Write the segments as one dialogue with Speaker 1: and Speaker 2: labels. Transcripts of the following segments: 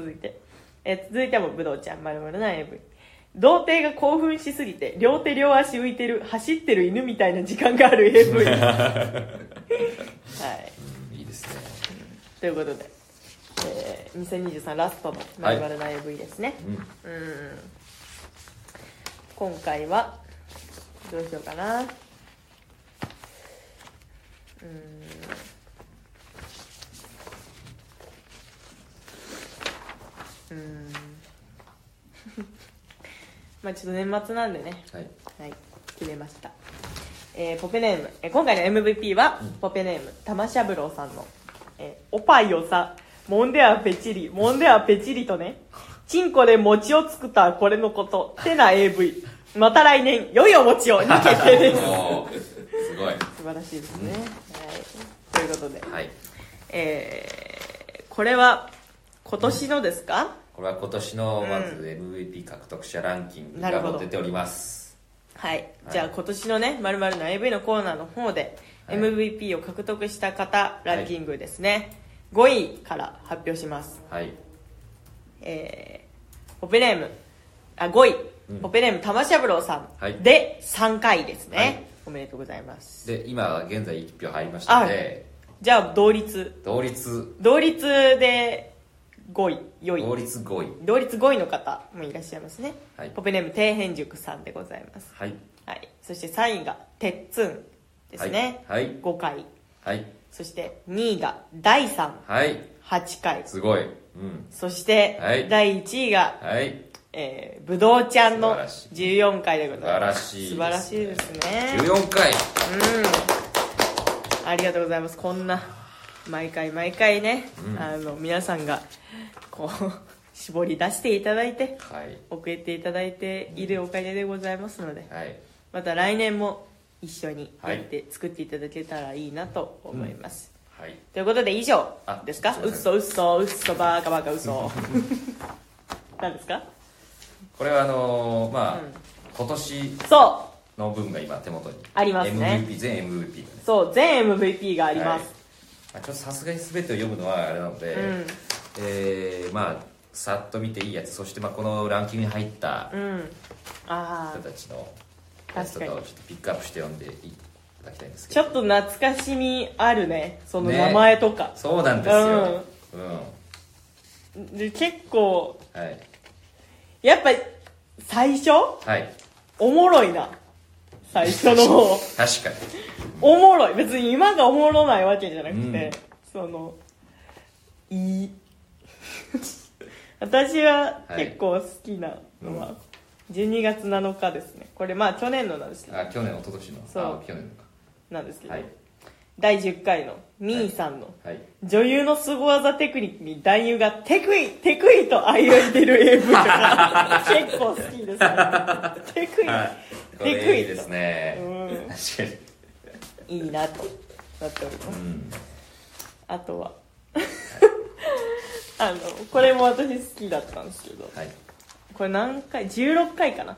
Speaker 1: 続いて、えー続いてもぶどうちゃんまるまるな AV 童貞が興奮しすぎて両手両足浮いてる走ってる犬みたいな時間があ る AV はい
Speaker 2: いいですね
Speaker 1: ということで、えー、2023ラストのまるまるな AV ですね、
Speaker 2: うん
Speaker 1: うん今回はどうしようかなうんうん まあちょっと年末なんでね
Speaker 2: はい
Speaker 1: はい決めました、えーポペネーム、えー今回の MVP は、ポペネーム玉三郎さんの、えーおぱいをさもんではペチリもんではペチリとねチンコで餅を作ったこれのことてな AV また来年良いお餅をに決定 です
Speaker 2: おーすごい
Speaker 1: 素晴らしいですね、はい、ということで、
Speaker 2: はい
Speaker 1: えーこれは今年のですか、
Speaker 2: これは今年のまず MVP 獲得者ランキング
Speaker 1: なる
Speaker 2: が
Speaker 1: ほど
Speaker 2: もう出ております
Speaker 1: はい、
Speaker 2: はい
Speaker 1: じゃあ今年のね「まるの AV」のコーナーの方で
Speaker 2: はい
Speaker 1: MVP を獲得した方ランキングですね、5位から発表します
Speaker 2: はい
Speaker 1: えー、ポペネームあ5位、
Speaker 2: うん
Speaker 1: ポペネーム玉三郎さん、
Speaker 2: はい
Speaker 1: で3回ですね、
Speaker 2: はい
Speaker 1: おめでとうございます
Speaker 2: で今現在1票入りましたので
Speaker 1: じゃあ同率
Speaker 2: 同率
Speaker 1: 同率で5位4
Speaker 2: 同
Speaker 1: 位
Speaker 2: 率5位
Speaker 1: 同率5位の方もいらっしゃいますね、
Speaker 2: はい
Speaker 1: ポペネーム底辺塾さんでございます
Speaker 2: はい
Speaker 1: はい、そして3位が「てっつん」ですね、
Speaker 2: はいはい
Speaker 1: 5回
Speaker 2: はい
Speaker 1: そして2位が「第38
Speaker 2: はい
Speaker 1: 回
Speaker 2: すごいうん
Speaker 1: そして、
Speaker 2: はい
Speaker 1: 第1位が、
Speaker 2: はい
Speaker 1: えー、ぶどうちゃんの
Speaker 2: 素晴らしい
Speaker 1: 14回でございます
Speaker 2: 素
Speaker 1: 素
Speaker 2: 晴
Speaker 1: 晴
Speaker 2: ら
Speaker 1: ら
Speaker 2: し
Speaker 1: し
Speaker 2: い
Speaker 1: い
Speaker 2: で
Speaker 1: ですすね
Speaker 2: 14回
Speaker 1: ありがとうございますこんな毎回毎回ね、あの皆さんがこう 絞り出していただいて
Speaker 2: はい
Speaker 1: 送っていただいているおかげでございますので、
Speaker 2: はい
Speaker 1: また来年も一緒にやって作っていただけたらいいなと思います、
Speaker 2: はい
Speaker 1: ということで以上
Speaker 2: あ
Speaker 1: ですか
Speaker 2: すいませ
Speaker 1: 嘘
Speaker 2: ん
Speaker 1: 嘘嘘バカバカ 嘘何ですか
Speaker 2: これはあのーまあ
Speaker 1: うん
Speaker 2: 今年
Speaker 1: そ
Speaker 2: の分が今手元に
Speaker 1: ありますね
Speaker 2: MVP 全 MVP がね
Speaker 1: うそう全 MVP があります、
Speaker 2: はい、まあちょっとさすがに全てを読むのはあれなので、
Speaker 1: うん
Speaker 2: えーまあさっと見ていいやつそしてまあこのランキングに入った
Speaker 1: うんあ
Speaker 2: 人
Speaker 1: あ
Speaker 2: たちのやつとかをちょっとピックアップして読んでいただきたいんですけ
Speaker 1: ちょ
Speaker 2: ど
Speaker 1: っと懐かしみあるねその
Speaker 2: ね
Speaker 1: 名前とか、
Speaker 2: そうなんですよ、うん
Speaker 1: で結構
Speaker 2: はい
Speaker 1: やっぱ最初
Speaker 2: はい
Speaker 1: おもろいな最初の方
Speaker 2: 確かに
Speaker 1: おもろい別に今がおもろないわけじゃなくて、
Speaker 2: うん
Speaker 1: そのい い私は結構好きなのは、
Speaker 2: は
Speaker 1: 12月7日ですねこれまあ去年のなんですけど
Speaker 2: あ去年一昨年の
Speaker 1: そう
Speaker 2: あ去年のか
Speaker 1: なんですけど、
Speaker 2: はい
Speaker 1: 第10回のミーさんの
Speaker 2: はい
Speaker 1: 女優の凄技テクニックに男優がテクイテクイと相いでる AV が結構好きですねテクイ、
Speaker 2: これいいですね
Speaker 1: うん
Speaker 2: 確かに
Speaker 1: いいなとなっております、あとは あのこれも私好きだったんですけど
Speaker 2: はい
Speaker 1: これ何回16回かな、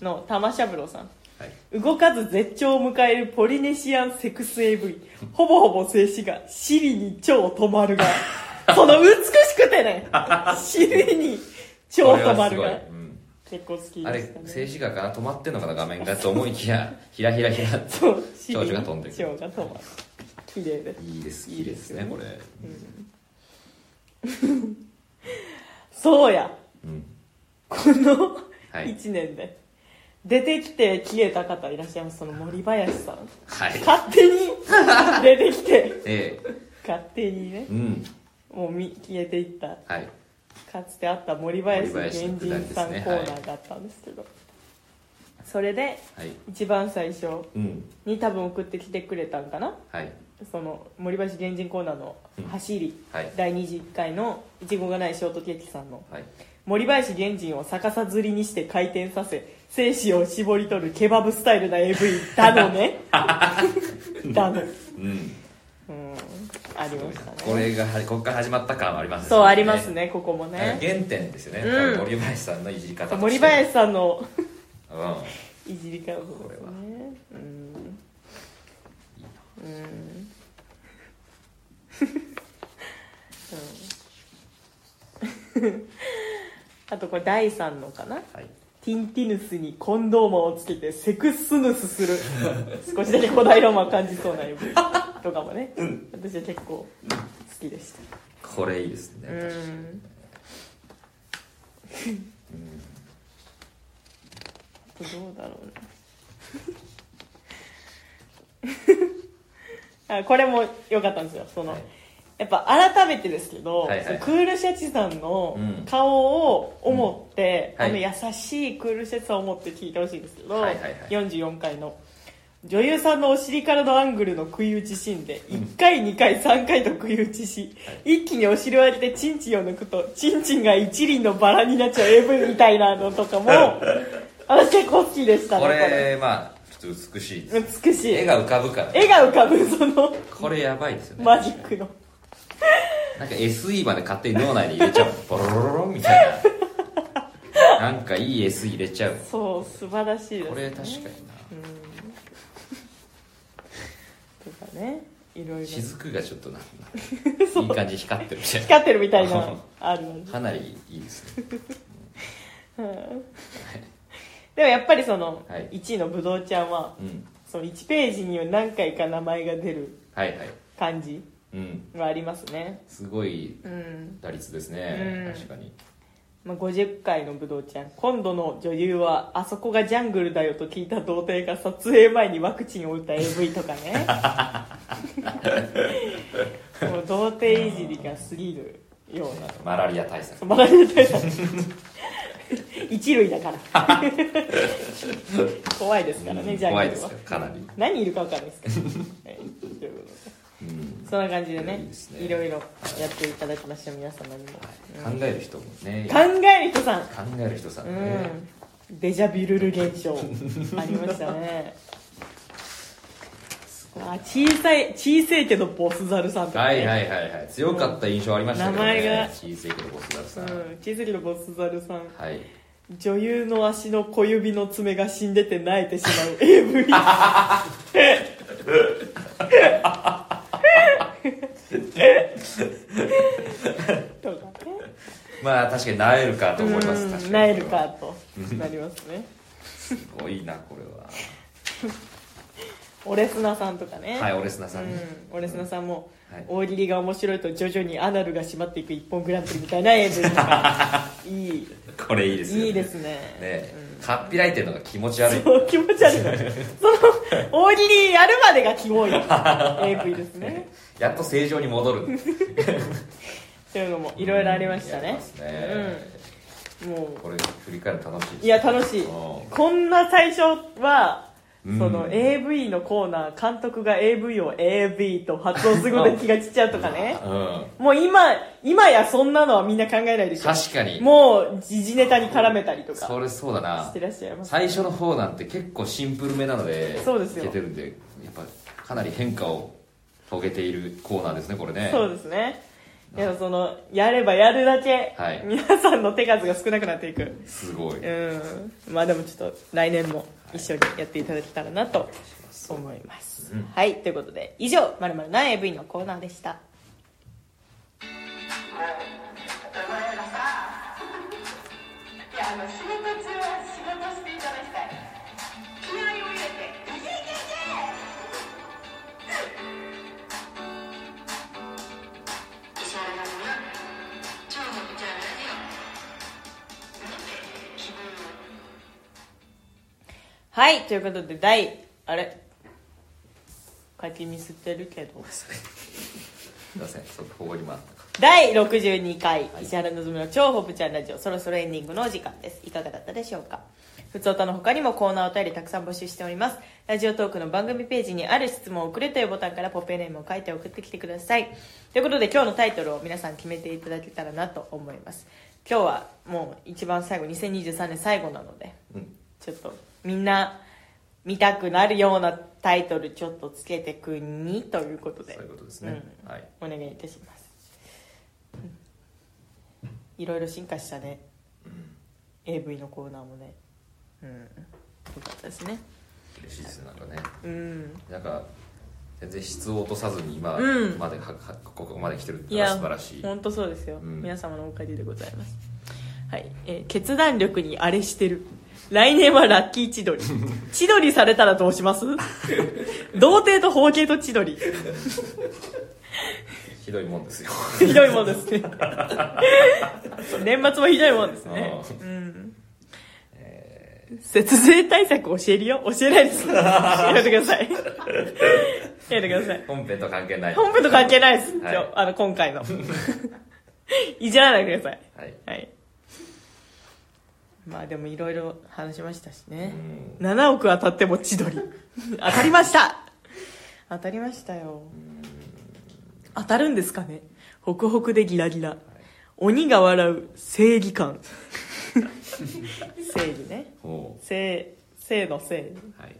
Speaker 1: の玉三郎さん
Speaker 2: はい
Speaker 1: 動かず絶頂を迎えるポリネシアンセクス AV ほぼほぼ静止が尻に超止まるがその美しくて ね尻に超
Speaker 2: これ
Speaker 1: 止
Speaker 2: は
Speaker 1: まする
Speaker 2: ごい、
Speaker 1: が
Speaker 2: うん
Speaker 1: 結構好き
Speaker 2: あ
Speaker 1: で
Speaker 2: れ
Speaker 1: した
Speaker 2: 静
Speaker 1: ね
Speaker 2: 止画かな止まってんのかな画面がと思い きやひらひらひらって
Speaker 1: そう
Speaker 2: 蝶々が飛んでく
Speaker 1: 蝶
Speaker 2: る
Speaker 1: 々が飛ばる綺麗です
Speaker 2: いいです
Speaker 1: いいですよ
Speaker 2: い
Speaker 1: ね
Speaker 2: いこれ
Speaker 1: そうや
Speaker 2: うん
Speaker 1: この
Speaker 2: はい
Speaker 1: 1年で出てきて消えた方いらっしゃいますその森林さん
Speaker 2: はい
Speaker 1: 勝手に出てきて
Speaker 2: え
Speaker 1: 勝手にね
Speaker 2: えうん
Speaker 1: もうみ消えていった
Speaker 2: はい
Speaker 1: かつてあった森林
Speaker 2: 森林の
Speaker 1: 源
Speaker 2: くだ
Speaker 1: 人
Speaker 2: りですね
Speaker 1: さんコーナーがあったんですけど、それで
Speaker 2: はい
Speaker 1: 一番最初
Speaker 2: うん
Speaker 1: に多分送ってきてくれたんかな
Speaker 2: はい
Speaker 1: その森林源人コーナーの走り、
Speaker 2: はい
Speaker 1: 第21回のいちごがないショートケーキさんの
Speaker 2: はい
Speaker 1: 森林源人を逆さ吊りにして回転させ精子を絞り取るケバブスタイルな AV だの ねだの
Speaker 2: うん
Speaker 1: うんありましたね
Speaker 2: これがはこっから始まった感はありますね
Speaker 1: そうありますねここも
Speaker 2: だから
Speaker 1: ね
Speaker 2: 原点ですよね、
Speaker 1: うん
Speaker 2: 多分森林さんのいじり方と
Speaker 1: 森
Speaker 2: して
Speaker 1: 林さんの
Speaker 2: うん
Speaker 1: いじり方ですね
Speaker 2: これは
Speaker 1: うん
Speaker 2: いいな
Speaker 1: うんうん あとこれ第3のかな
Speaker 2: はい
Speaker 1: ティンティヌスにコンドームをつけてセクスヌス する少しだけ古代ロマンを感じそうな夢とかもね、 私は結構好きでした
Speaker 2: これいいですね
Speaker 1: う
Speaker 2: 確かに
Speaker 1: んどうだろうな あこれも良かったんですよその、
Speaker 2: はい
Speaker 1: やっぱ改めてですけど、
Speaker 2: はいはい
Speaker 1: そのクールシャチさんの
Speaker 2: うん
Speaker 1: 顔を思って、
Speaker 2: うんはい
Speaker 1: あの優しいクールシャチさんを思って聞いてほしいんですけど、
Speaker 2: はいはいはい
Speaker 1: 44回の女優さんのお尻からのアングルの食い打ちシーンで1回、2回3回と食い打ちし、一気にお尻を上げてチンチンを抜くとチンチンが一輪のバラになっちゃう AV みたいなのとかも私結構好きでしたね
Speaker 2: これまあちょっと美しいです
Speaker 1: 美しい
Speaker 2: 絵が浮かぶから
Speaker 1: 絵が浮かぶその
Speaker 2: これやばいですよね
Speaker 1: マジックの
Speaker 2: なんか SE まで勝手に脳内に入れちゃうボロロロロンみたいななんかいい SE 入れちゃう
Speaker 1: そう素晴らしいですね
Speaker 2: これ確かにな
Speaker 1: とかねいろいろ
Speaker 2: 雫がちょっとな いい感じに光ってるみたい
Speaker 1: 光ってるみたいな あるの
Speaker 2: なかなりいいですね
Speaker 1: でもやっぱりその、
Speaker 2: はい
Speaker 1: 1位のぶどうちゃんは
Speaker 2: うん
Speaker 1: その1ページに何回か名前が出る
Speaker 2: はいはい
Speaker 1: 感じ
Speaker 2: うん
Speaker 1: はありますね
Speaker 2: すごい
Speaker 1: うん、
Speaker 2: 打率ですね
Speaker 1: うん
Speaker 2: 確かに
Speaker 1: まあ、50回のぶどうちゃん今度の女優はあそこがジャングルだよと聞いた童貞が撮影前にワクチンを打った AV とか ねもう童貞いじりが過ぎるような
Speaker 2: マラリア対策
Speaker 1: マラリア対策一類だから 怖いですからね、
Speaker 2: うん
Speaker 1: ジャングルは
Speaker 2: 怖いですよかなり
Speaker 1: 何いるか分かんないです けど、はいということで
Speaker 2: うん
Speaker 1: そんな感じでね
Speaker 2: いいですね
Speaker 1: いろいろやっていただきました皆様にも、
Speaker 2: 考える人もね考
Speaker 1: 考える人さん
Speaker 2: える人さんね
Speaker 1: うんデジャビュルル現 象ありましたねあ小さい小さいけどボスザルさんとか、ね
Speaker 2: はいはいはいはい強かった印象ありましたけど
Speaker 1: うん名前
Speaker 2: ね
Speaker 1: が
Speaker 2: 小さいけどボスダル
Speaker 1: う
Speaker 2: さ
Speaker 1: ん
Speaker 2: ん、
Speaker 1: 小さいけどボスザルさん
Speaker 2: はい
Speaker 1: 女優の足の小指の爪が死んでて泣いてしまう AV とかね
Speaker 2: まあ確かになえるかと思います確か
Speaker 1: うん
Speaker 2: に
Speaker 1: なえるかとなりますね
Speaker 2: すごいなこれは
Speaker 1: オレスナさんとかね、
Speaker 2: はいオレスナさんね
Speaker 1: うん、オレスナさんも、
Speaker 2: はい
Speaker 1: 大喜利が面白いと徐々にアナルが締まっていく一本グランプリみたいな AV とかいい
Speaker 2: これいいですよね
Speaker 1: いいですね
Speaker 2: ねかっぴらいてるのが気持ち悪い
Speaker 1: そう気持ち悪いその大喜利やるまでがキ モい AV ですね
Speaker 2: やっと正常に戻るんだ
Speaker 1: っていうのもいろいろありました
Speaker 2: やり
Speaker 1: ね
Speaker 2: ますね
Speaker 1: うんも
Speaker 2: これ振り返るの楽しいです
Speaker 1: う
Speaker 2: ね
Speaker 1: いや楽しい
Speaker 2: うん
Speaker 1: こんな最初は
Speaker 2: うん
Speaker 1: その AV のコーナー監督が AV を AV と発音するので気が散っちゃうとかね
Speaker 2: うん
Speaker 1: もう今今やそんなのはみんな考えないでしょ
Speaker 2: 確かに
Speaker 1: もう時事ネタに絡めたりとか
Speaker 2: それそうだ
Speaker 1: し
Speaker 2: な
Speaker 1: てらっしゃいます
Speaker 2: 最初の方なんて結構シンプルめなので
Speaker 1: そうですよ
Speaker 2: いけてるんでやっぱかなり変化を遂げているコーナーですねこれね
Speaker 1: そうですねいやそのやればやるだけ、
Speaker 2: はい
Speaker 1: 皆さんの手数が少なくなっていく
Speaker 2: すごい
Speaker 1: うんまあでもちょっと来年も一緒にやっていただけたらなと思います、
Speaker 2: うん
Speaker 1: はいということで以上「まるまるな AV」のコーナーでした
Speaker 3: お前らさいやあの仕事中は仕事していただきたい気合を入れていけいけいけ石原さんが超のちゃんラジオなんて気分を
Speaker 1: はいということで第あれ書き見捨てるけど
Speaker 2: すいませんそこここにもあったか
Speaker 1: 第62回石原のぞみの超ホブちゃんラジオそろそろエンディングのお時間ですいかがだったでしょうかふつおたの他にもコーナーお便りたくさん募集しておりますラジオトークの番組ページにある質問を送れというボタンからポペネームを書いて送ってきてくださいということで今日のタイトルを皆さん決めていただけたらなと思います今日はもう一番最後2023年最後なので
Speaker 2: うん
Speaker 1: ちょっとみんな見たくなるようなタイトルちょっとつけてくにということで
Speaker 2: そういうことですね
Speaker 1: うん
Speaker 2: はい
Speaker 1: お願いいたします、うんいろいろ進化したね、AV のコーナーもねうんよかったですね
Speaker 2: 嬉しいですねなんかね
Speaker 1: うん
Speaker 2: なんか全然質を落とさずに今
Speaker 1: うん
Speaker 2: までは、はここまで来てるって
Speaker 1: い
Speaker 2: のは
Speaker 1: や
Speaker 2: 素晴らしい
Speaker 1: 本当そうですよ、
Speaker 2: うん
Speaker 1: 皆様のおかげでございますはい、えー決断力にあれしてる来年はラッキー 千鳥千鳥されたらどうします童貞と包茎と千鳥
Speaker 2: ひどいもんですよ
Speaker 1: ひどいもんです ね年末もひどいもんですね
Speaker 2: う
Speaker 1: うん節税対策教えるよ教えないですやめてくださいやめてください
Speaker 2: 本編と関係ない
Speaker 1: 本部と関係ないです。
Speaker 2: はい
Speaker 1: 今日あの、今回の。いじらないでください。
Speaker 2: はい
Speaker 1: はい。まあでもいろいろ話しましたし
Speaker 2: う
Speaker 1: ね。
Speaker 2: ん
Speaker 1: 7億当たっても千鳥。当たりました当たりましたよ。当たるんですかねホクホクでギラギラ。鬼が笑う正義感。 正義ね。
Speaker 2: ほ
Speaker 1: 正、正の正義。
Speaker 2: うはい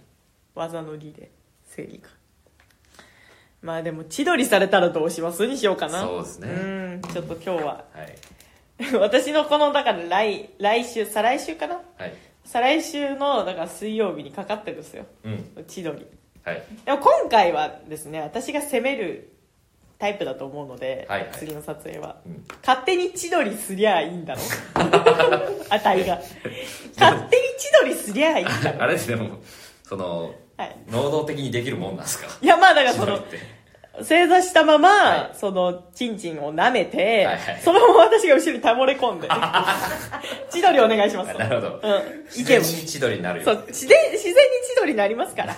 Speaker 1: 技の利で正義かまあでも千鳥されたらどうしますにしようかな
Speaker 2: そうですね
Speaker 1: うんちょっと今日は
Speaker 2: はい
Speaker 1: 私のこのだから来来週再来週かな
Speaker 2: はい
Speaker 1: 再来週のだから水曜日にかかってるんですよ
Speaker 2: うん
Speaker 1: 千鳥
Speaker 2: はい
Speaker 1: でも今回はですね私が攻めるタイプだと思うので、
Speaker 2: はいはい
Speaker 1: 次の撮影は、
Speaker 2: うん
Speaker 1: 勝手に千鳥すりゃいいんだろ あたいが勝手に千鳥すりゃいいんだろ
Speaker 2: あれですでもその
Speaker 1: はい
Speaker 2: 能動的にできるもんなんですか
Speaker 1: いやまあだからその
Speaker 2: 千鳥って
Speaker 1: 正座したまま、
Speaker 2: は
Speaker 1: その、チンチンを舐めて、
Speaker 2: はいはい
Speaker 1: そのまま私が後ろに倒れ 込んで、千鳥お願いします。
Speaker 2: なるほど
Speaker 1: うん。意
Speaker 2: 自
Speaker 1: 見を。
Speaker 2: 然に
Speaker 1: そ
Speaker 2: 千鳥になるよ
Speaker 1: う、自然、自然に千鳥になります から。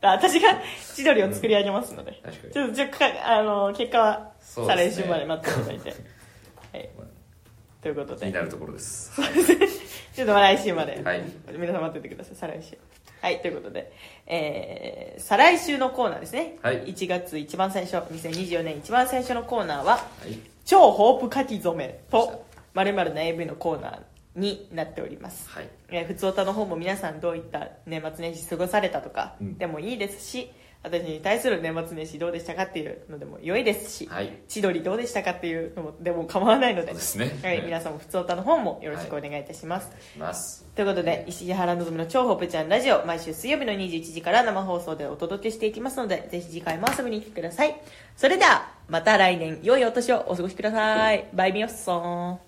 Speaker 1: 私が千鳥を作り上げますので。
Speaker 2: 確かに
Speaker 1: ちょっと、じゃあか、あの、結果は、
Speaker 2: そう
Speaker 1: 再
Speaker 2: で
Speaker 1: 来
Speaker 2: すね
Speaker 1: 週まで待っていただいて。はい。ということ
Speaker 2: 気に
Speaker 1: で、
Speaker 2: なるところです
Speaker 1: ちょっとまあ来週まで。
Speaker 2: はい
Speaker 1: 皆さん待っててください、再来週。はい、ということで、えー、再来週のコーナーですね。
Speaker 2: はい
Speaker 1: 1月一番最初、2024年一番最初のコーナーは、
Speaker 2: はい
Speaker 1: 超ホープ書き初めと、〇〇の AV のコーナーになっております。
Speaker 2: はい
Speaker 1: えー、普通歌の方も皆さんどういった年末年始過ごされたとか、
Speaker 2: うん
Speaker 1: でもいいですし、私に対する年末年始どうでしたかっていうのでも良いですし、
Speaker 2: はい
Speaker 1: 千鳥どうでしたかっていうのもでも構わないので、
Speaker 2: そうですね
Speaker 1: はい、皆さんも普通歌の方もよろしくお願いいたします。
Speaker 2: します
Speaker 1: ということで、石原のぞみの超ホープちゃんラジオ、毎週水曜日の21時から生放送でお届けしていきますので、ぜひ次回も遊びに来てください。それでは、また来年、良いお年をお過ごしください。バイビオッソーン。